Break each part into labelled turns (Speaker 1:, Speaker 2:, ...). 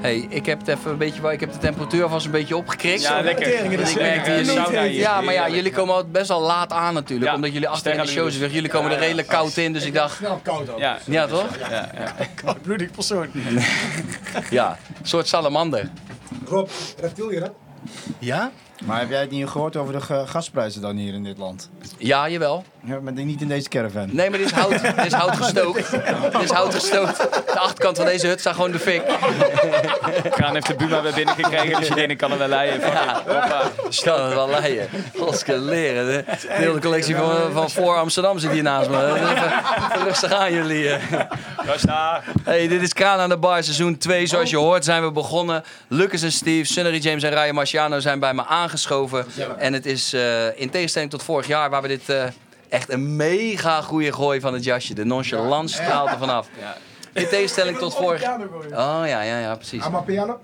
Speaker 1: hey, ik heb het even een beetje, ik heb de temperatuur alvast een beetje opgekrikt.
Speaker 2: Ja, lekker.
Speaker 3: Tering, dat
Speaker 2: Dat
Speaker 3: is
Speaker 2: ik merk
Speaker 3: lekker.
Speaker 2: die eh,
Speaker 3: Niet
Speaker 2: sauna
Speaker 3: heet.
Speaker 2: hier.
Speaker 1: Ja, maar ja, jullie komen altijd best wel laat aan natuurlijk,
Speaker 2: Ja.
Speaker 1: omdat jullie achter in de show
Speaker 2: Sterren
Speaker 1: zitten. Jullie komen er
Speaker 2: Ja, ja.
Speaker 1: redelijk koud in, dus ik dacht,
Speaker 3: Knap Nou, koud ook.
Speaker 2: Ja,
Speaker 1: ja toch?
Speaker 2: ja, ja.
Speaker 3: Koud, bloedig persoon.
Speaker 1: Ja, een soort salamander.
Speaker 3: Rob, reptielje, hè?
Speaker 1: Ja?
Speaker 4: Maar heb jij het niet gehoord over de ge- gasprijzen dan hier in dit land?
Speaker 1: Ja, jawel.
Speaker 4: Ja, maar niet in deze caravan.
Speaker 1: Nee, maar dit is hout, dit is hout gestookt. Dit is hout gestookt. De achterkant van deze hut staat gewoon de fik.
Speaker 2: Kraan heeft de Buma weer binnengekregen, dus je denkt, ik kan er wel leien. Fuck it. Hoppa.
Speaker 1: Dus kan het wel leien. Godske leren. De, de hele collectie van, van voor Amsterdam zit hier naast me. Even- even Rustig aan jullie. eh.
Speaker 2: Rustig.
Speaker 1: Hey, dit is Kraan aan de Bar, seizoen 2. Zoals je hoort zijn we begonnen. Lucas en Steve, Sunnery James en Ryan Marciano zijn bij me aangeschoven. En het is eh, in tegenstelling tot vorig jaar, waar we dit eh, echt een mega goede gooi van het jasje. De nonchalance straalt er vanaf.
Speaker 2: Ja.
Speaker 1: In tegenstelling tot vorig jaar.
Speaker 3: Piano gooien.
Speaker 1: Oh ja, ja, ja, precies.
Speaker 3: Ama piano?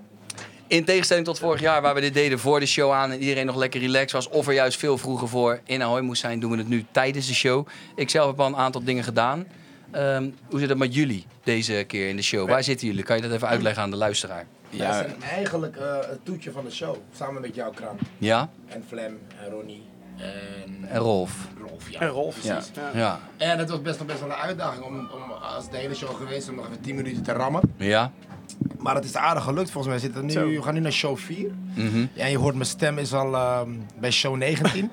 Speaker 1: In tegenstelling tot vorig jaar, waar we dit deden voor de show aan en iedereen nog lekker relaxed was, of er juist veel vroeger voor in Ahoy moest zijn, doen we het nu tijdens de show. Ik zelf heb al een aantal dingen gedaan. Ehm, hoe zit het met jullie deze keer in de show? Waar zitten jullie? Kan je dat even uitleggen aan de luisteraar?
Speaker 5: Wij
Speaker 2: Ja,
Speaker 5: zijn eigenlijk eh, het toetje van de show. Samen met jouw kraan.
Speaker 1: Ja?
Speaker 5: En Flem en Ronnie. En,
Speaker 1: En Rolf?
Speaker 5: Rolf. Ja,
Speaker 2: En Rolf,
Speaker 5: precies.
Speaker 1: Ja.
Speaker 5: En het was best wel, best wel een uitdaging om, om als de hele show geweest om nog even 10 minuten te rammen.
Speaker 1: Ja?
Speaker 5: Maar het is aardig gelukt volgens mij. We, zitten nu, we gaan nu naar show 4.
Speaker 1: Mhm.
Speaker 5: Ja, je hoort mijn stem is al ehm, bij show 19.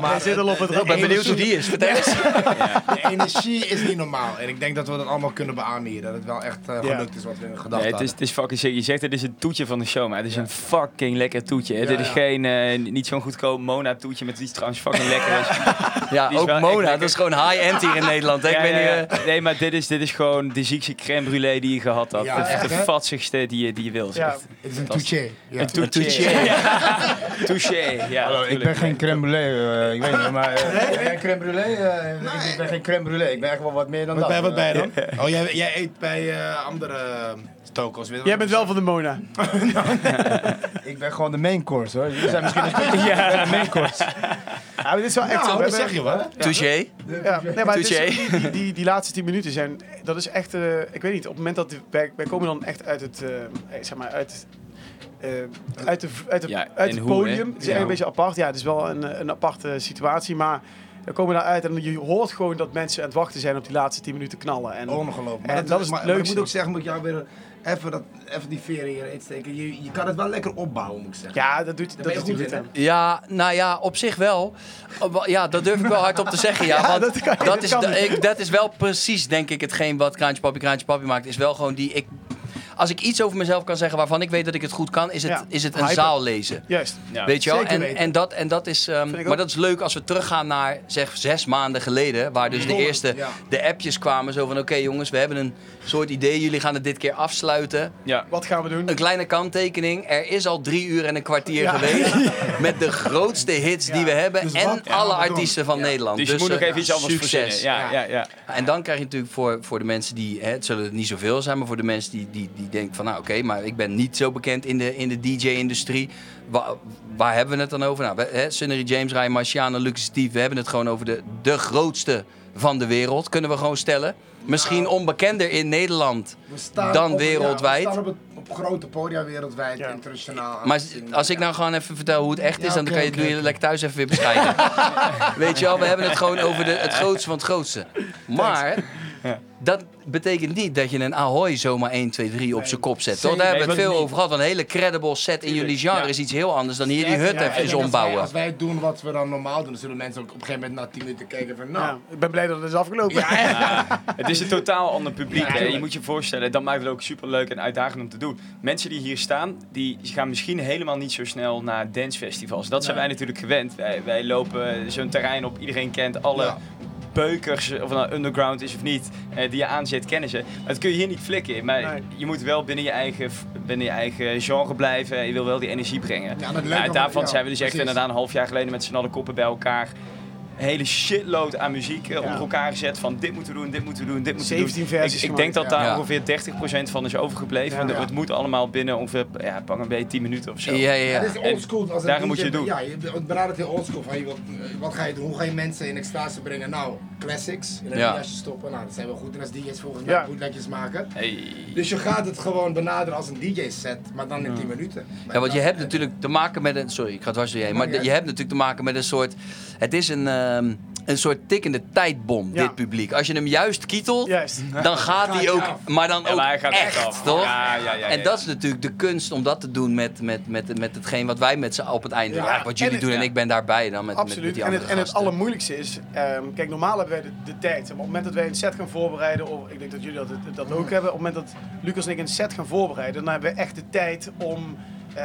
Speaker 5: maar
Speaker 3: Hij zit al op het
Speaker 1: Oh, Ik ben benieuwd hoe die is. Vertel eens.
Speaker 5: de energie is niet normaal. En ik denk dat we dat allemaal kunnen beamen hier. Dat het wel echt eh,
Speaker 3: Ja.
Speaker 5: gelukt is wat we in gedachten
Speaker 2: Nee, het,
Speaker 5: hadden.
Speaker 2: is, het is fucking sick. Je zegt het is een toetje van de show, maar het is een fucking lekker toetje. hè.
Speaker 5: Ja,
Speaker 2: Dit is
Speaker 5: ja.
Speaker 2: geen, eh, niet zo'n goedkoop Mona toetje, met iets trouwens fucking lekker is.
Speaker 1: Ja,
Speaker 2: Die is wel
Speaker 1: ook
Speaker 2: echt
Speaker 1: Mona.
Speaker 2: lekker.
Speaker 1: Dat is gewoon high-end hier in Nederland. hè? Ik
Speaker 2: Ja,
Speaker 1: weet
Speaker 2: ja, ja.
Speaker 1: niet... eh,
Speaker 2: Nee, maar dit is, dit is gewoon de ziekste crème brûlée die je gehad had.
Speaker 5: Ja,
Speaker 2: de,
Speaker 5: echt,
Speaker 2: de
Speaker 5: hè?
Speaker 2: vatsigste die je, die je wil.
Speaker 3: Ja.
Speaker 2: Ja.
Speaker 5: Het is een toetje. Ja.
Speaker 2: Een touché. Ja. Touché, ja.
Speaker 4: ik
Speaker 2: natuurlijk.
Speaker 4: ben geen crème brûlée, eh, ik weet niet, maar... eh,
Speaker 5: Ben jij crème brûlée? eh,
Speaker 4: ik ben geen crème brûlée, ik ben echt wel wat meer dan
Speaker 5: Wat
Speaker 4: dat.
Speaker 5: bij, wat bij
Speaker 4: eh.
Speaker 5: dan? Oh, jij, jij eet bij eh, andere tokos. Weet je
Speaker 3: Jij
Speaker 5: wat?
Speaker 3: bent wel van de Mona.
Speaker 4: Ik ben gewoon de main course, hoor. Jullie zijn misschien een toetje, ik ben de main course.
Speaker 3: Ja, maar dit is wel echt zo.
Speaker 5: Nou,
Speaker 3: We
Speaker 5: dat
Speaker 3: hebben-
Speaker 5: zeg je wel.
Speaker 1: eh, Touché.
Speaker 3: Ja, nee, maar het is-
Speaker 1: Touché.
Speaker 3: die, die, die, die laatste 10 minuten zijn, dat is echt, eh, ik weet niet, op het moment dat wij, wij komen dan echt uit het, eh, zeg maar, uit, eh, uit, de, uit, de,
Speaker 2: Ja,
Speaker 3: uit
Speaker 2: en
Speaker 3: het
Speaker 2: hoe, hè?
Speaker 3: podium. Het is echt
Speaker 2: Ja.
Speaker 3: een beetje apart, ja, het is wel een, een aparte situatie, maar we komen daaruit en je hoort gewoon dat mensen aan het wachten zijn op die laatste 10 minuten knallen. En,
Speaker 5: Ongelooflijk.
Speaker 3: En dat is
Speaker 5: Oh,
Speaker 3: het
Speaker 5: maar, maar ik
Speaker 3: leukste.
Speaker 5: moet ook zeggen, moet ik jou weer even, dat, even die veren hierin steken. Je, je kan het wel lekker opbouwen, moet ik zeggen.
Speaker 3: ja, dat doet,
Speaker 5: Daar
Speaker 3: dat
Speaker 5: ben
Speaker 3: is
Speaker 5: je goed
Speaker 3: natuurlijk
Speaker 5: in,
Speaker 3: het,
Speaker 5: hè?
Speaker 3: hè.
Speaker 1: Ja, nou ja, op zich wel. Oh, wa- Ja, dat durf ik wel hardop te zeggen. Ja, want
Speaker 3: dat
Speaker 1: dat,
Speaker 3: kan- dat
Speaker 1: is,
Speaker 3: kan
Speaker 1: dat,
Speaker 3: niet.
Speaker 1: ik, dat is wel precies, denk ik, hetgeen wat Kraantje Papi Kraantje Papi maakt. Is wel gewoon die... Ik, als ik iets over mezelf kan zeggen waarvan ik weet dat ik het goed kan, is het,
Speaker 3: Ja.
Speaker 1: is het een
Speaker 3: Hyper.
Speaker 1: zaal lezen.
Speaker 3: Juist.
Speaker 2: Ja.
Speaker 1: Weet je wel?
Speaker 5: Zeker
Speaker 1: En,
Speaker 5: weten.
Speaker 1: en, dat, en dat is. ehm,
Speaker 3: ik
Speaker 1: maar
Speaker 3: ook.
Speaker 1: dat is leuk als we teruggaan naar zeg zes maanden geleden. Waar dus de
Speaker 5: Ja.
Speaker 1: eerste
Speaker 5: Ja.
Speaker 1: de appjes kwamen. Zo van: oké jongens, we hebben een soort idee. Jullie gaan het dit keer afsluiten.
Speaker 2: Ja.
Speaker 3: Wat gaan we doen?
Speaker 1: Een kleine kanttekening. Er is al drie uur en een kwartier
Speaker 3: Ja.
Speaker 1: geweest. Met de grootste hits die we hebben.
Speaker 5: Dus wat
Speaker 1: en
Speaker 5: gaan we
Speaker 1: alle
Speaker 5: doen?
Speaker 1: artiesten van Nederland.
Speaker 2: Dus je moet
Speaker 1: eh,
Speaker 2: nog even iets anders
Speaker 1: succes.
Speaker 2: verzinnen. Ja, ja, ja.
Speaker 1: En dan krijg je natuurlijk voor, voor de mensen die, hè, het zullen er niet zoveel zijn, maar voor de mensen die, die, die denken van, nou oké, maar ik ben niet zo bekend in de, in de DJ-industrie. Wa- waar hebben we het dan over? Nou, we- hè, Sunnery James, Ryan Marciano, Lucas Steve, we hebben het gewoon over de, de grootste van de wereld, kunnen we gewoon stellen. Misschien onbekender in Nederland.
Speaker 5: We staan
Speaker 1: Dan
Speaker 5: op-
Speaker 1: wereldwijd.
Speaker 5: Ja, we staan op, het, op grote podia wereldwijd,
Speaker 3: Ja.
Speaker 5: internationaal.
Speaker 1: Maar als-
Speaker 5: aanzien.
Speaker 1: als ik nou gewoon even vertel hoe het echt
Speaker 5: Ja,
Speaker 1: is, dan
Speaker 5: oké,
Speaker 1: kan je,
Speaker 5: oké,
Speaker 1: doe je
Speaker 5: oké.
Speaker 1: lekker thuis even weer beschrijven. Weet je wel, we hebben het gewoon over de, het grootste van het grootste. Maar dat betekent niet dat je een Ahoy zomaar 1, 2, 3 op zijn kop zet. Toch? Daar
Speaker 2: Nee,
Speaker 1: hebben we het
Speaker 2: dat
Speaker 1: veel
Speaker 2: niet.
Speaker 1: over gehad. Want een hele credible set in jullie genre
Speaker 2: ja.
Speaker 1: is iets heel anders dan hier die hut
Speaker 5: Ja, ik
Speaker 1: eventjes
Speaker 5: denk als wij-
Speaker 1: ombouwen.
Speaker 5: Als wij het doen wat we dan normaal doen, dan zullen mensen ook op een gegeven moment na 10 minuten kijken van, nou,
Speaker 3: Ja, ik ben blij dat het is afgelopen.
Speaker 2: Het is een totaal ander publiek. hè. je
Speaker 5: tuurlijk.
Speaker 2: moet je voorstellen, dat maakt het ook super leuk en uitdagend om te doen. Mensen die hier staan, die gaan misschien helemaal niet zo snel naar dancefestivals. Dat zijn wij natuurlijk gewend. Wij, wij lopen zo'n terrein op, iedereen kent alle
Speaker 5: Ja.
Speaker 2: beukers, of het nou underground is of niet, eh, die je aanzet, kennen ze. Maar dat kun je hier niet flikken. Maar
Speaker 3: Nee.
Speaker 2: je moet wel binnen je, eigen, binnen je eigen genre blijven. Je wil wel die energie
Speaker 5: Ja,
Speaker 2: brengen.
Speaker 5: dat
Speaker 2: Nou,
Speaker 5: lijkt me wel,
Speaker 2: daarvan
Speaker 5: ja,
Speaker 2: zijn we dus echt
Speaker 5: precies.
Speaker 2: inderdaad een half jaar geleden met z'n allen koppen bij elkaar een hele shitload aan muziek eh, onder elkaar gezet. Van dit moeten we doen, dit moeten we doen, dit moeten we doen.
Speaker 3: 17 versies
Speaker 2: Ik, ik denk
Speaker 3: gemaakt,
Speaker 2: dat daar
Speaker 1: ja.
Speaker 2: ongeveer 30% van is overgebleven.
Speaker 3: Ja.
Speaker 2: En Het moet allemaal binnen ongeveer ja, pak een beetje 10 minuten of zo.
Speaker 1: Ja, ja,
Speaker 5: Het
Speaker 1: ja.
Speaker 5: is
Speaker 2: en
Speaker 5: oldschool. als een
Speaker 2: daarom
Speaker 5: DJ
Speaker 2: moet je het doen.
Speaker 5: Ja, je benadert het heel oldschool. Van, je wilt, eh, wat ga je doen? Hoe ga je mensen in extase brengen? Nou, classics. In een
Speaker 1: Ja.
Speaker 5: jasje stoppen. Nou, dat zijn we goed in als DJ's volgens mij.
Speaker 3: Ja.
Speaker 5: Bootlegjes maken.
Speaker 2: Hey.
Speaker 5: Dus je gaat het gewoon benaderen als een DJ-set, maar dan in 10 minuten.
Speaker 1: Ja, want je hebt natuurlijk te maken met een. Sorry, ik ga het dwars door je heen. Maar
Speaker 5: Maakt niet
Speaker 1: je hebt natuurlijk te maken met een soort. Het is een, ehm, een soort tikkende tijdbom,
Speaker 3: Ja.
Speaker 1: dit publiek. Als je hem juist kietelt,
Speaker 3: Juist.
Speaker 1: dan gaat hij
Speaker 5: hij
Speaker 1: ook.
Speaker 5: af.
Speaker 1: Maar dan
Speaker 2: Ja,
Speaker 1: ook
Speaker 2: maar hij gaat echt
Speaker 1: echt,
Speaker 2: af.
Speaker 1: toch?
Speaker 2: Ja, ja, ja,
Speaker 1: En
Speaker 2: ja.
Speaker 1: dat is natuurlijk de kunst om dat te doen met, met, met, met hetgeen wat wij met z'n op het einde.
Speaker 5: Ja.
Speaker 1: eigenlijk wat jullie
Speaker 3: En het-
Speaker 1: doen en
Speaker 2: ja.
Speaker 1: ik ben daarbij dan met, met- met
Speaker 3: Absoluut.
Speaker 1: die
Speaker 3: en
Speaker 1: andere
Speaker 3: het, en het
Speaker 1: gasten.
Speaker 3: allermoeilijkste is, ehm, kijk, normaal hebben wij de, de tijd. Maar op het moment dat wij een set gaan voorbereiden, of ik denk dat jullie dat, dat ook hebben, op het moment dat Lucas en ik een set gaan voorbereiden, dan hebben we echt de tijd om, eh,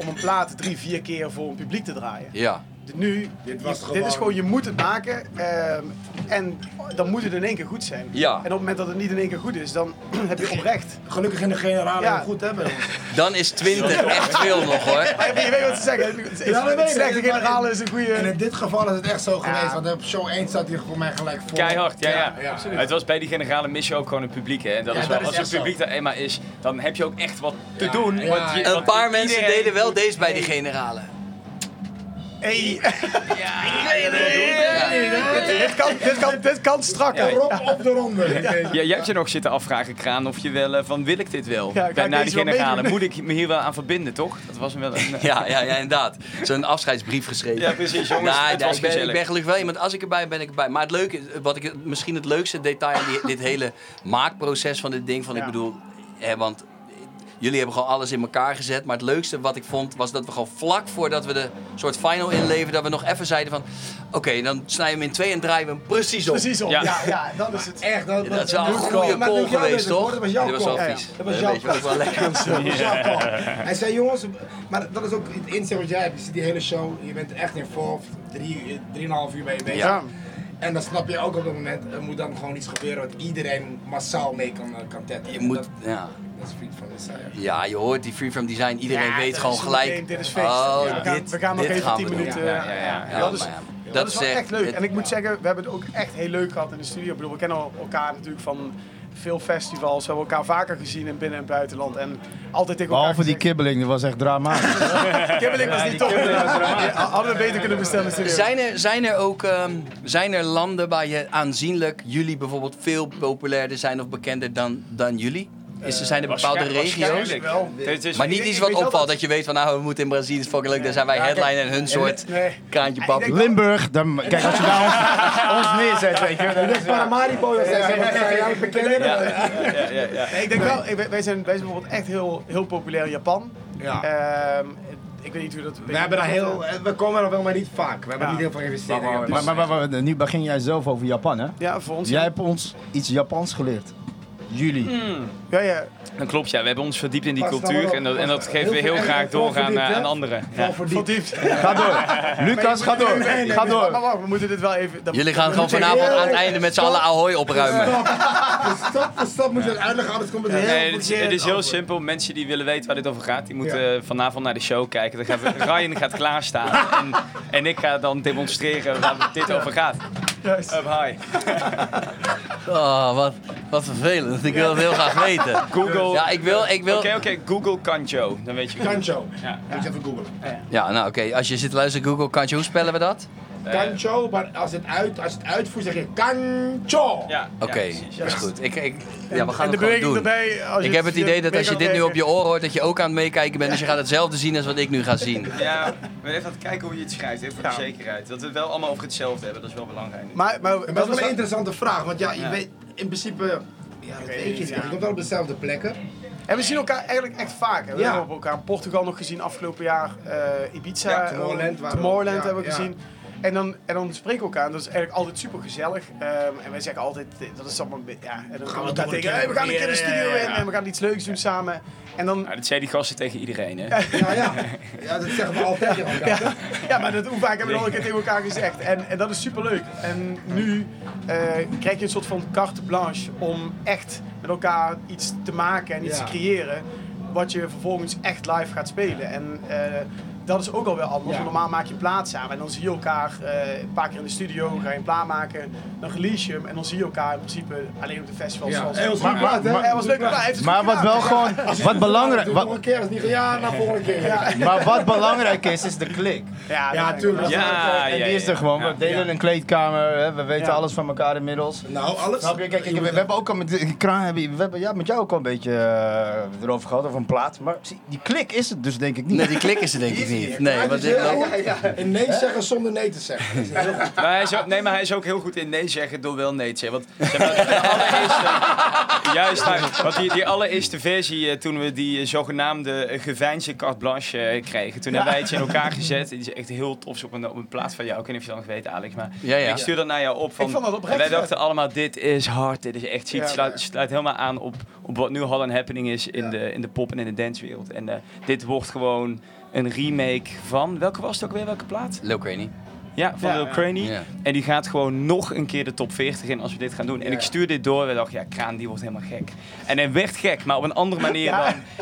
Speaker 3: om een plaat drie, vier keer voor een publiek te draaien.
Speaker 1: Ja.
Speaker 3: De- Nu,
Speaker 5: Dit was
Speaker 3: je-
Speaker 5: gewoon-
Speaker 3: is gewoon, je moet het maken ehm, en dan moet het in één keer goed zijn.
Speaker 1: Ja.
Speaker 3: En op het moment dat het niet in één keer goed is, dan heb je oprecht.
Speaker 5: Gelukkig in de generale
Speaker 3: Ja.
Speaker 5: heel goed hebben.
Speaker 1: Dan is 20 echt veel nog hoor.
Speaker 3: Maar je weet wat ze zeggen. Het, het,
Speaker 5: Ja, dat weet
Speaker 3: het
Speaker 5: ik.
Speaker 3: slechte
Speaker 5: Maar in-
Speaker 3: generale is een goede...
Speaker 5: En Ah, in dit geval is het echt zo
Speaker 3: Ja.
Speaker 5: geweest, want op show 1 staat hij voor mij gelijk voor.
Speaker 2: Keihard, ja, ja.
Speaker 5: absoluut.
Speaker 2: Het was bij die generale mis je ook gewoon een publiek, hè. En dat
Speaker 5: Ja,
Speaker 2: is wel,
Speaker 5: dat is
Speaker 2: als het
Speaker 5: echt zo.
Speaker 2: publiek daar eenmaal is, dan heb je ook echt wat te
Speaker 5: Ja,
Speaker 2: doen.
Speaker 5: ja,
Speaker 2: want je-
Speaker 5: ja.
Speaker 1: Een
Speaker 2: want
Speaker 1: paar mensen
Speaker 2: iedereen
Speaker 1: deden wel
Speaker 2: moet-
Speaker 1: deze bij die generalen.
Speaker 3: Hey,
Speaker 5: Ja, ja, ja.
Speaker 3: dit, kan, dit, kan, dit kan strakker.
Speaker 5: Rob op de ronde.
Speaker 2: Ja, jij hebt je nog zitten afvragen, Kraan, of je wel eh, van wil ik dit wel?
Speaker 3: Ja, ga
Speaker 2: bij,
Speaker 3: ik
Speaker 2: na die
Speaker 3: deze wel
Speaker 2: generale.
Speaker 3: meedoen?
Speaker 2: Moet ik me hier wel aan verbinden, toch? Dat was hem wel een...
Speaker 1: Ja, ja, ja, inderdaad. Zo'n afscheidsbrief geschreven.
Speaker 2: Ja, precies, jongens.
Speaker 1: Nee,
Speaker 2: het
Speaker 1: nee,
Speaker 2: was
Speaker 1: ik, ben, ik
Speaker 2: gezellig.
Speaker 1: ben gelukkig wel iemand. Als ik erbij ben, ben ik erbij. Maar het leuke, is, wat ik, het- misschien het leukste detail aan die- dit hele maakproces van dit ding. Van, Ik
Speaker 3: Ja.
Speaker 1: bedoel, hè, want jullie hebben gewoon alles in elkaar gezet. Maar het leukste wat ik vond, was dat we gewoon vlak voordat we de soort final inleven, dat we nog even zeiden van, oké, dan snijden we hem in twee en draaien we hem precies op.
Speaker 3: Precies op.
Speaker 2: Ja.
Speaker 3: Ja. Ja, dat is het.
Speaker 5: Echt, dat,
Speaker 1: Ja, dat is wel een goede
Speaker 5: Maar
Speaker 1: call
Speaker 5: doe jij
Speaker 1: geweest,
Speaker 5: deze, hoor.
Speaker 1: toch?
Speaker 5: Dat was jouw
Speaker 1: Dit was wel
Speaker 5: call.
Speaker 3: Ja,
Speaker 1: vies.
Speaker 5: Dat was
Speaker 1: Eh,
Speaker 5: jouw
Speaker 1: weet je, was wel lekker.
Speaker 5: Dat was jouw call. Hij zei, jongens, maar dat is ook het inzicht wat jij hebt. Je ziet die hele show, je bent echt involved, drie, drieënhalf uur mee bezig.
Speaker 1: Ja.
Speaker 5: En dan snap je ook op dat moment, er moet dan gewoon iets gebeuren wat iedereen massaal mee kan, eh, kan tetten.
Speaker 1: Je
Speaker 5: En
Speaker 1: moet,
Speaker 5: Dat,
Speaker 1: ja.
Speaker 5: dat is vriend van de Sire.
Speaker 1: Ja, je hoort die Free From Design. Iedereen
Speaker 3: Ja,
Speaker 1: weet
Speaker 3: dat
Speaker 1: gewoon
Speaker 3: is
Speaker 1: gelijk.
Speaker 3: meteen, dit is feest.
Speaker 1: Oh,
Speaker 3: Ja. We gaan-
Speaker 1: dit,
Speaker 3: we gaan nog
Speaker 1: dit
Speaker 3: even
Speaker 1: gaan
Speaker 3: 10
Speaker 1: we doen.
Speaker 3: minuten.
Speaker 5: Ja,
Speaker 2: ja, ja.
Speaker 3: ja.
Speaker 1: Ja,
Speaker 3: Dat is
Speaker 1: maar ja,
Speaker 3: dat
Speaker 1: dat
Speaker 3: is
Speaker 1: is
Speaker 3: wel
Speaker 1: echt-
Speaker 3: echt leuk.
Speaker 1: het-
Speaker 3: En ik moet zeggen, we hebben het ook echt heel leuk gehad in de studio. Ik bedoel, we kennen elkaar natuurlijk van veel festivals. We hebben elkaar vaker gezien in binnen- en buitenland. En altijd tegen elkaar
Speaker 4: Behalve die kibbeling, dat was echt drama.
Speaker 3: die kibbeling was niet toch. Ja, Hadden we beter kunnen bestellen in de studio.
Speaker 1: Zijn er, zijn er ook ehm, zijn er landen waar je aanzienlijk jullie bijvoorbeeld veel populairder zijn of bekender dan, dan jullie? Is er, zijn er bepaalde regio's?
Speaker 2: Waarschijnlijk.
Speaker 3: Wel.
Speaker 2: Dit is-
Speaker 1: Maar niet
Speaker 3: Ik-
Speaker 1: iets
Speaker 3: ik
Speaker 1: wat
Speaker 3: weet wel
Speaker 1: opvalt
Speaker 3: dat-
Speaker 1: dat je weet van nou we moeten in Brazilië, is fucking leuk, daar zijn wij headline en hun soort
Speaker 3: Nee.
Speaker 1: kraantje pappen.
Speaker 4: Limburg, dan, kijk, als je daar ons, ons neerzet, weet je. dan is het wel-
Speaker 5: Paramaribo, dat zijn ze, wat zijn jou bekender?
Speaker 2: Ja, ja, ja.
Speaker 3: Nee, ik denk wel, ik- wij- wij zijn, wij zijn bijvoorbeeld echt heel, heel populair in Japan.
Speaker 5: Ja.
Speaker 3: Ehm, ik weet niet hoe dat...
Speaker 5: We hebben daar heel, we komen er wel, maar niet vaak. We hebben
Speaker 3: Ja.
Speaker 5: niet heel veel dus- geïnvesteerd. in
Speaker 4: Maar,
Speaker 5: Japan.
Speaker 4: maar, maar, maar nu begin jij zelf over Japan, hè?
Speaker 3: Ja, voor ons.
Speaker 4: Jij hebt ons iets Japans geleerd. Jullie.
Speaker 3: Ja, ja.
Speaker 2: Dan klopt, ja. We hebben ons verdiept in die
Speaker 5: Pas daar
Speaker 2: cultuur.
Speaker 5: maar op,
Speaker 2: En dat, en
Speaker 5: pas
Speaker 2: dat
Speaker 5: daar.
Speaker 2: geven we
Speaker 5: Heel
Speaker 2: heel
Speaker 5: veel
Speaker 2: graag
Speaker 5: erg wel
Speaker 2: door aan,
Speaker 5: verdiept,
Speaker 2: eh,
Speaker 5: hè?
Speaker 2: aan anderen. Ja.
Speaker 5: Wel verdiept.
Speaker 4: Ga door. Lucas, ga door. Ga
Speaker 3: Maar, maar
Speaker 4: door.
Speaker 3: wacht, we moeten dit wel even... dat-
Speaker 1: Jullie gaan gewoon vanavond aan het einde met z'n allen ahoy opruimen.
Speaker 5: Stap voor stap moet je het uitleggen, anders komt het heel
Speaker 2: Nee, het is, het is heel
Speaker 5: over.
Speaker 2: simpel. Mensen die willen weten waar dit over gaat, die moeten
Speaker 5: Ja.
Speaker 2: eh, vanavond naar de show kijken. Dan gaat, Ryan gaat klaarstaan en, en ik ga dan demonstreren waar dit over gaat.
Speaker 3: Juist.
Speaker 1: Eh,
Speaker 2: Up high.
Speaker 1: Oh, wat, wat vervelend. Ik wil het heel graag weten.
Speaker 2: Google.
Speaker 1: Ja, ik wil, ik wil.
Speaker 2: Oké, oké. Google Kanjo. Dan weet je wie.
Speaker 5: Kancho.
Speaker 2: Ja.
Speaker 5: Moet je even googlen.
Speaker 1: Ja, nou oké, als je zit te luisteren Google, kan je hoe spellen we dat?
Speaker 5: Kancho, maar als het, uit, als het uitvoert zeg je kancho.
Speaker 2: Ja,
Speaker 1: Oké,
Speaker 2: ja, precies.
Speaker 1: dat is goed. Ik, ik, ja, we gaan
Speaker 3: en
Speaker 1: het
Speaker 3: de
Speaker 1: gewoon
Speaker 3: beweging
Speaker 1: doen.
Speaker 3: erbij... Als je
Speaker 1: Ik heb het
Speaker 3: via
Speaker 1: idee dat
Speaker 3: mee
Speaker 1: als je
Speaker 3: kan
Speaker 1: dit nu op
Speaker 3: kijken.
Speaker 1: je oor hoort, dat je ook aan het meekijken bent. Dus je gaat hetzelfde zien als wat ik nu ga zien.
Speaker 2: Ja, maar even aan het kijken hoe je het schrijft, even voor de zekerheid. Dat we het wel allemaal over hetzelfde hebben, dat is wel belangrijk.
Speaker 3: Maar, maar,
Speaker 5: En
Speaker 3: dat
Speaker 5: Dat
Speaker 3: was
Speaker 5: is wel
Speaker 3: wel-
Speaker 5: een interessante vraag, want ja, je
Speaker 2: Ja.
Speaker 5: weet in principe... Ja, dat weet je niet. want Je komt wel op dezelfde plekken.
Speaker 3: En we zien elkaar eigenlijk echt vaak. hè. We
Speaker 5: Ja.
Speaker 3: hebben elkaar in Portugal nog gezien afgelopen jaar. eh, Ibiza.
Speaker 5: Ja, Tomorrowland
Speaker 3: eh,
Speaker 5: waren we-
Speaker 3: Tomorrowland
Speaker 5: ja,
Speaker 3: hebben we
Speaker 5: ja.
Speaker 3: gezien. En dan, en dan spreken we elkaar. En dat is eigenlijk altijd super gezellig. en wij zeggen altijd, eh, dat is allemaal... een be- Ja, en dan gaan we elkaar
Speaker 5: doen,
Speaker 3: tegen.
Speaker 5: een
Speaker 3: hey, we gaan een keer de
Speaker 5: keer,
Speaker 3: studio
Speaker 5: eh,
Speaker 3: in. En we gaan iets leuks doen samen. En dan...
Speaker 2: Nou, dat zei die gasten tegen iedereen, hè?
Speaker 5: Ja, ja. Ja, dat zeggen we altijd tegen elkaar.
Speaker 3: Ja, ja, maar dat, hoe vaak hebben we dat al een keer tegen elkaar gezegd. En, en dat is superleuk. En nu eh, krijg je een soort van carte blanche om echt met elkaar iets te maken en iets
Speaker 5: Ja.
Speaker 3: te creëren. Wat je vervolgens echt live gaat spelen. En eh, dat is ook alweer anders.
Speaker 5: Ja.
Speaker 3: Want Normaal maak je een plaat samen en dan zie je elkaar eh, een paar keer in de studio, ga je een plaat maken, dan release je hem en dan zie je elkaar in principe alleen op de festivals.
Speaker 5: Ja,
Speaker 3: zoals-
Speaker 5: hij was
Speaker 3: Maar-
Speaker 5: goed plaat, hè?
Speaker 3: maar- eh, hij was leuk, maar hij heeft het
Speaker 4: Maar
Speaker 3: goed
Speaker 4: wat
Speaker 3: gedaan.
Speaker 4: wel gewoon, wat belangrijk,
Speaker 5: Doe
Speaker 4: wat-
Speaker 5: nog een keer, dat is niet ge- Ja, na volgende keer. Ja,
Speaker 4: maar wat belangrijk is, is de klik.
Speaker 3: Ja, dat-
Speaker 5: tuurlijk.
Speaker 2: Ja,
Speaker 4: En
Speaker 2: ja,
Speaker 4: die is
Speaker 2: ja.
Speaker 4: er gewoon. We delen een kleedkamer, hè, we weten
Speaker 3: Ja.
Speaker 4: alles van elkaar inmiddels.
Speaker 5: Nou, alles.
Speaker 4: Snap je? Kijk, ik- we hebben ook al met Kraan, hebben, we hebben ja, met jou ook al een beetje eh, erover gehad, over een plaat. Maar zie, die klik is het dus denk ik niet.
Speaker 1: Nee, die klikken ze denk ik niet. Nee, want dit
Speaker 5: ja, ja, ja. En nee zeggen zonder nee te zeggen. Dat is heel goed.
Speaker 2: Maar hij is ook, nee, maar hij is ook heel goed in nee zeggen door wel nee te zeggen. Want zeg maar, de allereerste, juist, daar- want die, die allereerste versie, eh, toen we die eh, zogenaamde eh, geveinsde carte blanche eh, kregen, toen hebben wij iets in elkaar gezet. Die is echt heel tof op een, op een plaat van jou. Ik weet niet of je dat nog weet, Alex, maar
Speaker 1: Ja, ja.
Speaker 2: ik stuur dat naar jou op. Van,
Speaker 3: Ik vond dat oprecht
Speaker 2: en wij
Speaker 3: vet.
Speaker 2: dachten allemaal, dit is hard, dit is echt ziek.
Speaker 3: Ja,
Speaker 2: Het sluit, sluit helemaal aan op, op wat nu Holland Happening is in, de, in de pop en in de dancewereld. En eh, dit wordt gewoon een remake van, welke was het ook weer, welke plaat?
Speaker 1: Lil Craney.
Speaker 2: Ja, van
Speaker 3: Ja,
Speaker 2: Lil
Speaker 3: ja.
Speaker 2: Craney.
Speaker 1: Ja.
Speaker 2: En die gaat gewoon nog een keer de top 40 in als we dit gaan doen. En ik stuur dit door en dacht, ja, Kraan, die wordt helemaal gek. En hij werd gek, maar op een andere manier dan...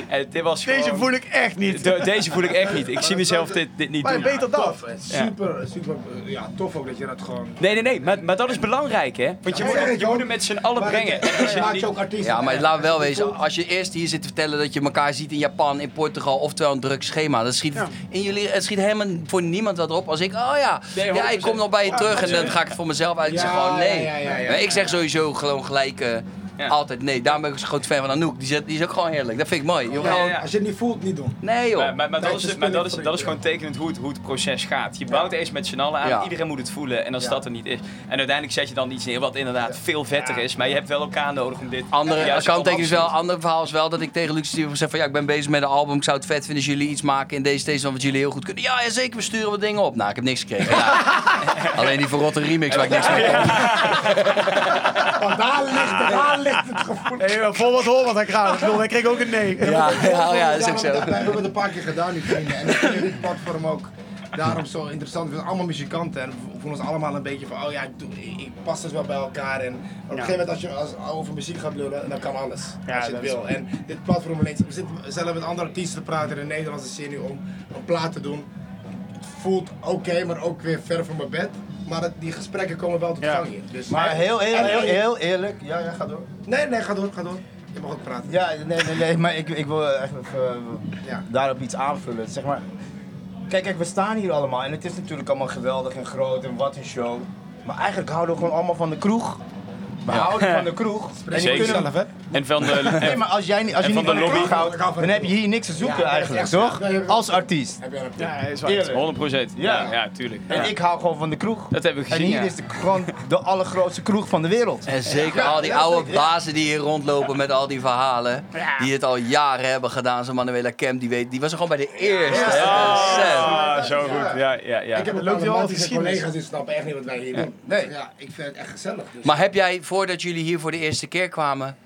Speaker 2: En dit was
Speaker 3: Deze
Speaker 2: gewoon-
Speaker 3: voel ik echt niet.
Speaker 2: De- deze voel ik echt niet. Ik zie mezelf dit, dit niet
Speaker 3: Maar
Speaker 2: doen.
Speaker 3: beter dat.
Speaker 5: Tof, eh, Super, super. eh, Ja, tof ook dat je dat gewoon.
Speaker 2: Nee, nee, nee. Maar, maar dat is belangrijk, hè? Want je
Speaker 5: Ja,
Speaker 2: moet,
Speaker 5: zeg
Speaker 2: het-
Speaker 5: ik
Speaker 2: je
Speaker 5: ook.
Speaker 2: moet het met z'n allen
Speaker 5: Maar
Speaker 2: brengen.
Speaker 5: dat-
Speaker 2: En als je
Speaker 5: maakt
Speaker 2: niet-
Speaker 5: je ook artiest.
Speaker 1: Ja, maar laat wel wezen,
Speaker 5: voelt-
Speaker 1: als je eerst hier zit te vertellen dat je elkaar ziet in Japan, in Portugal, oftewel een druk schema, dat schiet
Speaker 3: Ja.
Speaker 1: in jullie, het schiet helemaal voor niemand wat op. Als ik, oh ja,
Speaker 2: Nee,
Speaker 1: ja, ik
Speaker 2: 100%.
Speaker 1: kom nog bij je terug en dan ga ik het voor mezelf uit. Ik zeg
Speaker 5: Ja,
Speaker 1: gewoon nee.
Speaker 5: ja, ja, ja, ja.
Speaker 1: Maar ik zeg sowieso gewoon gelijk eh,
Speaker 2: Ja.
Speaker 1: altijd nee. Daarom ben ik een groot fan van Anouk. Die, zet, die is ook gewoon heerlijk. Dat vind ik mooi. Je
Speaker 5: Ja,
Speaker 1: gewoon-
Speaker 5: ja, ja. Als je het niet voelt, niet doen.
Speaker 1: Nee joh.
Speaker 2: Maar, maar, maar dat,
Speaker 5: Nee,
Speaker 2: is,
Speaker 5: het is
Speaker 2: maar dat, is,
Speaker 5: puur
Speaker 2: dat is
Speaker 5: voor
Speaker 2: gewoon tekenend hoe het, hoe het proces gaat. Je bouwt eerst met z'n allen aan,
Speaker 1: Ja.
Speaker 2: iedereen moet het voelen. En als
Speaker 5: Ja.
Speaker 2: dat er niet is. En uiteindelijk zet je dan iets neer wat inderdaad veel vetter is. Maar je hebt wel elkaar nodig om dit...
Speaker 1: Andere
Speaker 2: juist
Speaker 1: kant
Speaker 2: allemaal
Speaker 1: is
Speaker 2: te
Speaker 1: wel,
Speaker 2: doen.
Speaker 1: ander verhaal is wel dat ik tegen Luc Steven zeg van ja, ik ben bezig met een album. Ik zou het vet vinden als jullie iets maken in deze station van wat jullie heel goed kunnen. Ja, ja, zeker, we sturen wat dingen op. Nou, ik heb niks gekregen. Ja. Alleen die verrotte remix waar ik niks mee kan.
Speaker 5: Want daar ligt, het- daar ligt het gevoel.
Speaker 3: Nee, maar voor wat hoor wat hij graag. Ik bedoel, hij kreeg ook een nee.
Speaker 1: Ja, ja, ja, dat is ook
Speaker 5: Daarom-
Speaker 1: zo.
Speaker 5: Wij hebben het een paar keer gedaan, die vrienden. En ik vind dit platform ook daarom zo interessant. We zijn allemaal muzikanten en we voelen ons allemaal een beetje van, oh ja, ik, doe, ik, ik pas dus wel bij elkaar. En op een gegeven moment als je als, over muziek gaat lullen, dan kan alles.
Speaker 3: Ja,
Speaker 5: als je het
Speaker 3: dat is
Speaker 5: wil. En dit platform alleen, we zitten zelf met andere artiesten te praten in de Nederlandse serie om een plaat te doen. Het voelt oké, maar ook weer ver van mijn bed. Maar het- die gesprekken komen wel tot
Speaker 3: Ja.
Speaker 5: gang hier. Dus,
Speaker 4: Maar heel
Speaker 5: En-
Speaker 4: eerlijk, heel, heel eerlijk. Ja, ja, ga door.
Speaker 5: Nee, nee, ga door, ga door. Je mag ook praten.
Speaker 4: Ja, nee, nee, nee, maar ik, ik wil echt even, eh,
Speaker 5: Ja.
Speaker 4: daarop iets aanvullen. Zeg maar, kijk, kijk, we staan hier allemaal en het is natuurlijk allemaal geweldig en groot en wat een show. Maar eigenlijk houden we gewoon allemaal van de kroeg. We houden van de kroeg. En die
Speaker 2: Zeker.
Speaker 4: kunnen-
Speaker 2: En van de...
Speaker 4: Nee, maar als jij, niet- als je
Speaker 2: En
Speaker 4: niet
Speaker 2: van
Speaker 4: van
Speaker 2: de
Speaker 4: de
Speaker 2: lobby?
Speaker 4: kroeg houdt, dan heb je hier niks te zoeken
Speaker 5: Ja,
Speaker 4: eigenlijk,
Speaker 5: echt, ja.
Speaker 4: toch?
Speaker 5: Ja, je hebt-
Speaker 4: Als artiest.
Speaker 5: Heb jij een
Speaker 3: Ja, hij is waar.
Speaker 4: Eerlijk.
Speaker 2: 100 procent. Ja.
Speaker 4: Ja.
Speaker 2: ja, tuurlijk.
Speaker 4: En ik hou gewoon van de kroeg.
Speaker 2: Dat hebben we
Speaker 4: En
Speaker 2: gezien,
Speaker 4: hier
Speaker 2: ja.
Speaker 4: is de, gewoon de allergrootste kroeg van de wereld.
Speaker 1: En zeker al die oude bazen die hier rondlopen met al die verhalen. Die het al jaren hebben gedaan. Zo'n Manuela Kemp, die, weet, die was er gewoon bij de eerste. hè. Ontzettend.
Speaker 2: Ah, zo goed. Ja, ja, ja.
Speaker 5: Ik heb
Speaker 3: Loopt
Speaker 5: het
Speaker 3: hij wel
Speaker 5: al
Speaker 3: altijd
Speaker 5: die
Speaker 3: geschiedenis?
Speaker 5: collega's die snappen echt niet wat wij hier doen. Nee. Ja, ik vind het echt gezellig. Dus.
Speaker 1: Maar heb jij, voordat jullie hier voor de eerste keer kwamen,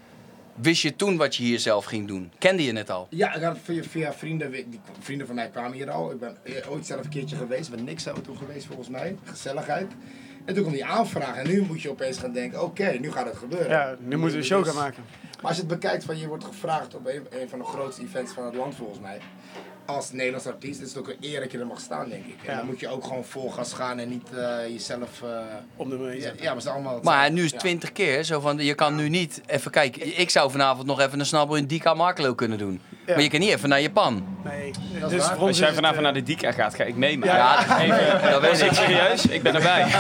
Speaker 1: wist je toen wat je hier zelf ging doen? Kende je het al?
Speaker 5: ja, ik had het via, via vrienden, die vrienden van mij kwamen hier al. Ik ben eh, ooit zelf een keertje geweest, met niks auto geweest volgens mij. Gezelligheid. En toen kwam die aanvraag en nu moet je opeens gaan denken, oké, nu gaat het gebeuren.
Speaker 3: Ja, nu moeten we een show gaan maken.
Speaker 5: Maar als je het bekijkt, van, je wordt gevraagd op een, een van de grootste events van het land volgens mij. Als Nederlands artiest is het ook een eer dat je er mag staan, denk ik. En
Speaker 3: Ja.
Speaker 5: dan moet je ook gewoon vol gas gaan en niet eh, jezelf... eh,
Speaker 3: Op de
Speaker 5: ja,
Speaker 3: manier.
Speaker 5: ja, maar het is allemaal...
Speaker 1: Maar nu is het
Speaker 5: Ja.
Speaker 1: 20 keer. Zo van, je kan nu niet even kijken. Ik zou vanavond nog even een snabbel in Dika Markelo kunnen doen.
Speaker 3: Ja.
Speaker 1: Maar je kan niet even naar Japan.
Speaker 3: Nee.
Speaker 5: is
Speaker 3: Dus
Speaker 5: waar.
Speaker 3: voor ons
Speaker 2: Als
Speaker 3: is
Speaker 2: jij
Speaker 3: het,
Speaker 2: vanavond
Speaker 3: eh,
Speaker 2: naar de Dika gaat, ga ik mee. Maar
Speaker 1: Ja, dat, dat weet
Speaker 2: ik
Speaker 1: ik.
Speaker 2: serieus? Ik ben erbij.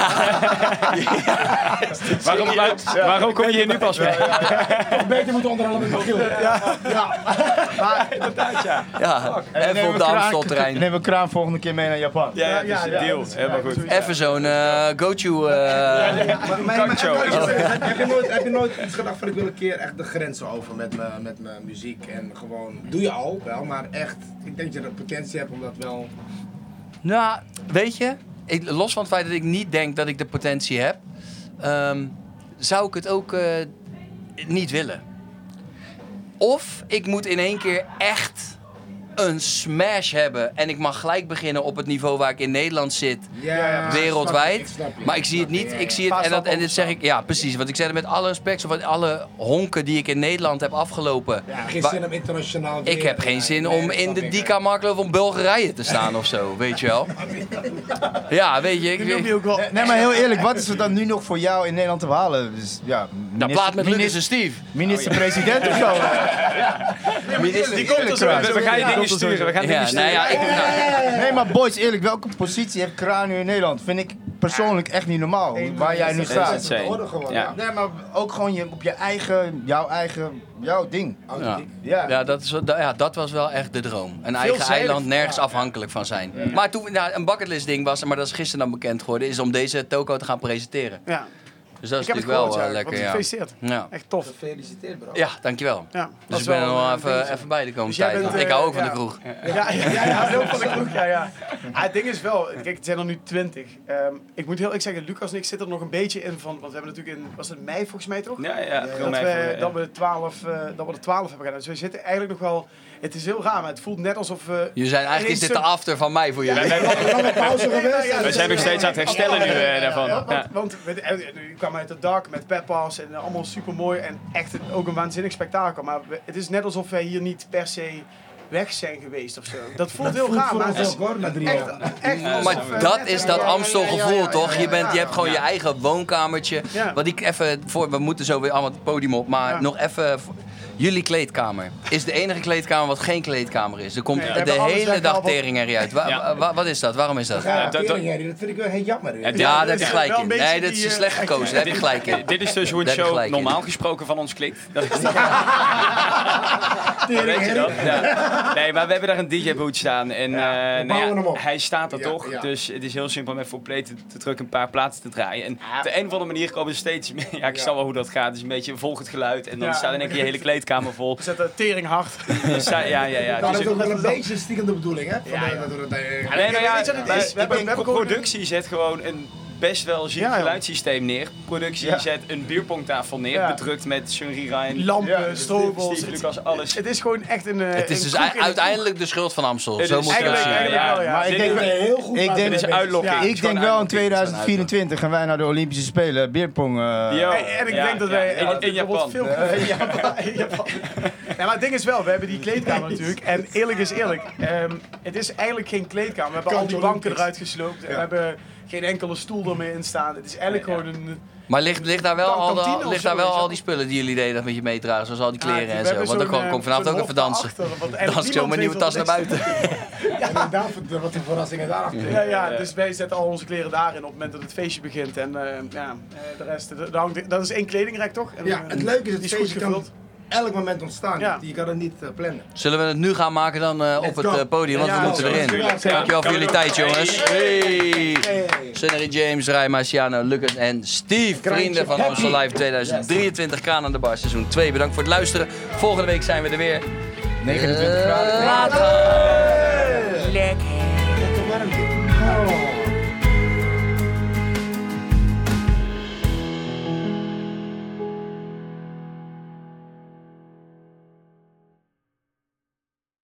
Speaker 2: waarom, waar- waarom kom je hier nu pas bij?
Speaker 5: Beter moet onderhandelen met Michiel.
Speaker 1: Ja,
Speaker 4: En
Speaker 1: even op de Amstelterrein.
Speaker 4: Neem een kraan volgende keer mee naar Japan.
Speaker 2: Ja, ja,
Speaker 3: Ja,
Speaker 2: dat is
Speaker 3: ja,
Speaker 2: een
Speaker 3: ja,
Speaker 2: deal.
Speaker 3: dat is-
Speaker 2: Helemaal goed.
Speaker 1: Even zo'n eh go-to. eh,
Speaker 5: Maar, maar, maar,
Speaker 2: Kakcho.
Speaker 5: maar- heb, heb je nooit, heb je nooit iets gedacht van ik wil een keer echt de grenzen over met mijn met mijn muziek en gewoon doe je al wel, maar echt ik denk dat je de potentie hebt om dat wel.
Speaker 1: Nou, weet je, ik, los van het feit dat ik niet denk dat ik de potentie heb, ehm, zou ik het ook eh, niet willen. Of ik moet in één keer echt een smash hebben en ik mag gelijk beginnen op het niveau waar ik in Nederland zit,
Speaker 5: Ja,
Speaker 1: wereldwijd.
Speaker 5: ik snap je,
Speaker 1: maar ik zie het
Speaker 5: snap je,
Speaker 1: niet.
Speaker 5: ja,
Speaker 1: Ik
Speaker 5: ja.
Speaker 1: zie het
Speaker 3: Paar
Speaker 1: en, dat, en
Speaker 3: stappen
Speaker 1: dit zeg ik, ja, precies. Want ik zeg het met alle respect, zo van alle honken die ik in Nederland heb afgelopen.
Speaker 5: Ja, geen
Speaker 1: Wa-
Speaker 5: zin om internationaal
Speaker 1: ik heb geen zin om in de Dika Marklo van Bulgarije te staan of zo, weet je wel? Ja, weet je. Ik,
Speaker 3: Die noem je ook wel.
Speaker 4: Nee, maar heel eerlijk, wat is er dan nu nog voor jou in Nederland te halen? Dus, ja,
Speaker 1: dat plaat met Lucas en
Speaker 4: minister,
Speaker 1: Steve.
Speaker 4: minister-president of zo?
Speaker 3: Die komt er zo.
Speaker 2: We, we gaan je dingen sturen. We gaan dingen
Speaker 1: Ja,
Speaker 2: sturen.
Speaker 1: nou ja, ik, nou,
Speaker 4: Nee, maar boys, eerlijk, welke positie heeft Kraan nu in Nederland? Vind ik persoonlijk echt niet normaal, waar jij nu
Speaker 2: dat
Speaker 4: staat.
Speaker 2: is het
Speaker 5: horen gewoon,
Speaker 2: Ja.
Speaker 4: Nee, maar ook gewoon je, op je eigen, jouw eigen, jouw ding.
Speaker 1: ja.
Speaker 4: Ja.
Speaker 1: Ja, dat, is, wel- da- ja, dat was wel echt de droom. Een eigen
Speaker 3: zijdig.
Speaker 1: eiland, nergens afhankelijk van zijn. Maar toen, nou, een bucketlist ding was, maar dat is gisteren dan bekend geworden, is om deze toko te gaan presenteren.
Speaker 3: Ja,
Speaker 1: Dus dat is
Speaker 3: ik heb
Speaker 1: natuurlijk
Speaker 3: het
Speaker 1: wel
Speaker 3: gehoord.
Speaker 1: eh,
Speaker 3: ja.
Speaker 1: lekker,
Speaker 3: Want
Speaker 1: ja.
Speaker 3: Gefeliciteerd.
Speaker 1: Ja.
Speaker 3: Echt tof.
Speaker 5: Gefeliciteerd, bro.
Speaker 1: ja, dankjewel.
Speaker 3: Ja, dat
Speaker 1: Dus
Speaker 3: is
Speaker 1: ik ben er
Speaker 3: wel
Speaker 1: nog
Speaker 3: een
Speaker 1: even,
Speaker 3: dingetje.
Speaker 1: even bij de komende
Speaker 3: jij
Speaker 1: tijd.
Speaker 3: bent,
Speaker 1: want ik
Speaker 3: eh,
Speaker 1: hou ook van
Speaker 3: ja.
Speaker 1: de kroeg.
Speaker 3: Ja, ja, ja, ja, ook van de kroeg, ja, ja. Ah, het ding is wel, kijk, het zijn er nu twintig. ik moet heel ik zeggen, Lucas en ik zitten er nog een beetje in van, want we hebben natuurlijk in, was het mei volgens mij toch?
Speaker 2: Ja, ja.
Speaker 3: Dat
Speaker 2: April, mei,
Speaker 3: we,
Speaker 2: april,
Speaker 3: dat,
Speaker 2: ja.
Speaker 3: we 12, eh, dat we er 12 hebben gedaan. Dus we zitten eigenlijk nog wel. Het is heel raar, maar het voelt net alsof. we
Speaker 1: Jullie zijn eigenlijk is
Speaker 3: Ineens
Speaker 1: dit de
Speaker 3: zo-
Speaker 1: after van mij voor jullie.
Speaker 2: Wij- wij-
Speaker 5: Lange pauze geweest.
Speaker 2: We zijn nog steeds aan het herstellen nu eh, daarvan.
Speaker 3: Ja,
Speaker 2: Ja.
Speaker 3: want, want we, eh, nu kwam uit het dak met peppas en eh, allemaal super mooi en echt een- ook een waanzinnig spektakel. Maar we- het is net alsof wij hier niet per se weg zijn geweest of zo. Dat voelt heel raar, maar het is echt, echt alsof, eh,
Speaker 1: Maar dat
Speaker 3: net-
Speaker 1: is dat
Speaker 3: ja,
Speaker 1: Amstel
Speaker 3: ja, ja, ja,
Speaker 1: gevoel,
Speaker 3: ja,
Speaker 1: toch?
Speaker 3: ja,
Speaker 1: Je, bent, je
Speaker 3: ja.
Speaker 1: hebt gewoon je eigen woonkamertje.
Speaker 3: Ja.
Speaker 1: Wat ik even voor, we moeten zo weer allemaal het podium op, maar
Speaker 3: Ja.
Speaker 1: nog even. voor- Jullie kleedkamer is de enige kleedkamer wat geen kleedkamer is. Er komt
Speaker 3: Nee, we
Speaker 1: de
Speaker 3: hebben alles
Speaker 1: hele dag
Speaker 3: weggehaald wat-
Speaker 1: tering eruit. Wa-
Speaker 2: Ja.
Speaker 1: wa- wat is dat? Waarom is dat? Ja,
Speaker 5: Ja,
Speaker 2: dat- dat-
Speaker 5: tering, dat vind ik wel heel jammer. weer.
Speaker 2: dit-
Speaker 1: daar
Speaker 3: dat
Speaker 1: heb je
Speaker 3: is
Speaker 1: gelijk
Speaker 3: wel
Speaker 1: in.
Speaker 3: een beetje
Speaker 1: Nee, dat
Speaker 3: die,
Speaker 1: is
Speaker 3: eh,
Speaker 1: slecht gekozen. Daar heb je gelijk in.
Speaker 2: Dit is dus hoe een
Speaker 1: Daar heb je
Speaker 2: show
Speaker 1: gelijk in.
Speaker 2: normaal gesproken van ons klikt. Dat is
Speaker 5: Tering,
Speaker 2: Weet je
Speaker 5: herrie.
Speaker 2: dat? Ja. Nee, maar we hebben daar een DJ-boot staan. En eh, nou
Speaker 5: bouwen
Speaker 2: ja,
Speaker 5: hem op.
Speaker 2: hij staat er
Speaker 5: Ja,
Speaker 2: toch.
Speaker 5: ja.
Speaker 2: Dus het is heel simpel om even op play te, te drukken, een paar plaatsen te draaien. En op de een of andere manier komen er steeds meer. Ja, ik snap wel hoe dat gaat. Dus een beetje volg het geluid. En dan
Speaker 3: Ja.
Speaker 2: staat in één keer je hele kleedkamer vol.
Speaker 3: We zetten tering hard.
Speaker 2: Dan sta- ja, ja,
Speaker 3: Nou,
Speaker 2: ja.
Speaker 5: Maar
Speaker 2: Het
Speaker 5: dat
Speaker 2: is
Speaker 5: is ook wel een beetje stiekem de bedoeling, hè? Van de- dat we dat- eh,
Speaker 2: Nee, nou ja,
Speaker 3: Weet je wat het
Speaker 2: maar
Speaker 3: is? We hebben- we
Speaker 2: ik
Speaker 3: hebben
Speaker 2: denk,
Speaker 3: gewoon-
Speaker 2: productie zet gewoon een best wel ziek
Speaker 3: Ja, joh.
Speaker 2: geluidssysteem neer. Productie zet een bierpongtafel neer,
Speaker 3: Ja.
Speaker 2: bedrukt met Shunri Ryan,
Speaker 3: Lampen,
Speaker 2: Steve-
Speaker 3: strobels.
Speaker 2: Steve
Speaker 3: Het,
Speaker 2: Lucas, alles.
Speaker 3: het is gewoon echt een. eh,
Speaker 1: Het is
Speaker 3: een
Speaker 1: dus
Speaker 3: kroeg
Speaker 1: ei-
Speaker 3: in een-
Speaker 1: uiteindelijk de schuld van Amstel.
Speaker 2: Het
Speaker 1: Zo
Speaker 2: is-
Speaker 1: moet je dat
Speaker 3: eigenlijk-
Speaker 1: zien.
Speaker 3: eigenlijk- wel, ja.
Speaker 2: Maar
Speaker 4: Maar ik
Speaker 2: dit
Speaker 4: denk,
Speaker 5: Ik ben
Speaker 2: is-
Speaker 5: heel goed
Speaker 4: Ik
Speaker 5: aan
Speaker 4: denk-
Speaker 2: dit
Speaker 5: het
Speaker 2: is
Speaker 5: bezig.
Speaker 2: uitlokking.
Speaker 3: Ja.
Speaker 2: Het is
Speaker 4: ik
Speaker 2: gewoon
Speaker 4: denk wel in
Speaker 2: uitlokking.
Speaker 4: 2024 gaan wij naar de Olympische Spelen, beerpong.
Speaker 2: Yo.
Speaker 4: eh.
Speaker 1: Oh,
Speaker 3: En ik
Speaker 2: Ja,
Speaker 3: denk dat
Speaker 2: ja.
Speaker 3: wij.
Speaker 2: in, in
Speaker 3: er wordt
Speaker 2: Japan.
Speaker 3: Veel in Japan. in Japan. Nee, maar het ding is wel, we hebben die kleedkamer natuurlijk. En eerlijk is eerlijk, ehm, het is eigenlijk geen kleedkamer. We hebben al die
Speaker 5: Kant
Speaker 3: banken
Speaker 5: Olympisch.
Speaker 3: eruit gesloopt. en We hebben geen enkele stoel er meer in staan. Het is eigenlijk gewoon een.
Speaker 1: Maar ligt, ligt daar wel,
Speaker 3: Kan-
Speaker 1: al,
Speaker 3: kantine
Speaker 1: de,
Speaker 3: of
Speaker 1: ligt
Speaker 3: zo,
Speaker 1: daar wel
Speaker 3: weet je
Speaker 1: al
Speaker 3: wel.
Speaker 1: die spullen die jullie deden met je meedragen, zoals al die
Speaker 3: Ja,
Speaker 1: kleren
Speaker 3: we
Speaker 1: en zo?
Speaker 3: hebben
Speaker 1: Want dan
Speaker 3: zo'n,
Speaker 1: kom kom
Speaker 3: eh,
Speaker 1: ik vanavond
Speaker 3: zo'n
Speaker 1: ook even
Speaker 3: hof
Speaker 1: dansen.
Speaker 3: achter, want eigenlijk
Speaker 1: Dan ik zo
Speaker 3: niemand
Speaker 1: mijn nieuwe
Speaker 3: weet
Speaker 1: tas
Speaker 3: wat
Speaker 1: naar
Speaker 3: het is.
Speaker 1: buiten.
Speaker 5: En inderdaad, wat- wat een verrassing en daar.
Speaker 3: Ja, ja, dus wij zetten al onze kleren daarin op het moment dat het feestje begint. En eh, ja, eh, de rest, de- de hangt- dat is één kledingrek toch? En,
Speaker 5: Ja,
Speaker 3: eh,
Speaker 5: het leuke is, het
Speaker 3: die is goed
Speaker 5: feestje kan
Speaker 3: gevuld.
Speaker 5: elk moment ontstaan.
Speaker 3: Ja.
Speaker 5: Je kan het niet eh, plannen.
Speaker 1: Zullen we het nu gaan maken dan eh, op
Speaker 5: Let's
Speaker 1: het
Speaker 5: go.
Speaker 1: eh, podium? Want
Speaker 3: Ja,
Speaker 1: we moeten
Speaker 3: ja,
Speaker 1: erin.
Speaker 3: natuurlijk. Ja.
Speaker 1: Dankjewel voor jullie tijd, jongens. Hey.
Speaker 5: Hey.
Speaker 1: Sunnery James, Rai Marciano, Lucas en Steve. Vrienden van
Speaker 5: Happy.
Speaker 1: Amstel Live 2023. Kraan aan de bar, seizoen 2. Bedankt voor het luisteren. Volgende week zijn we er weer.
Speaker 4: 29 graden.
Speaker 1: Later.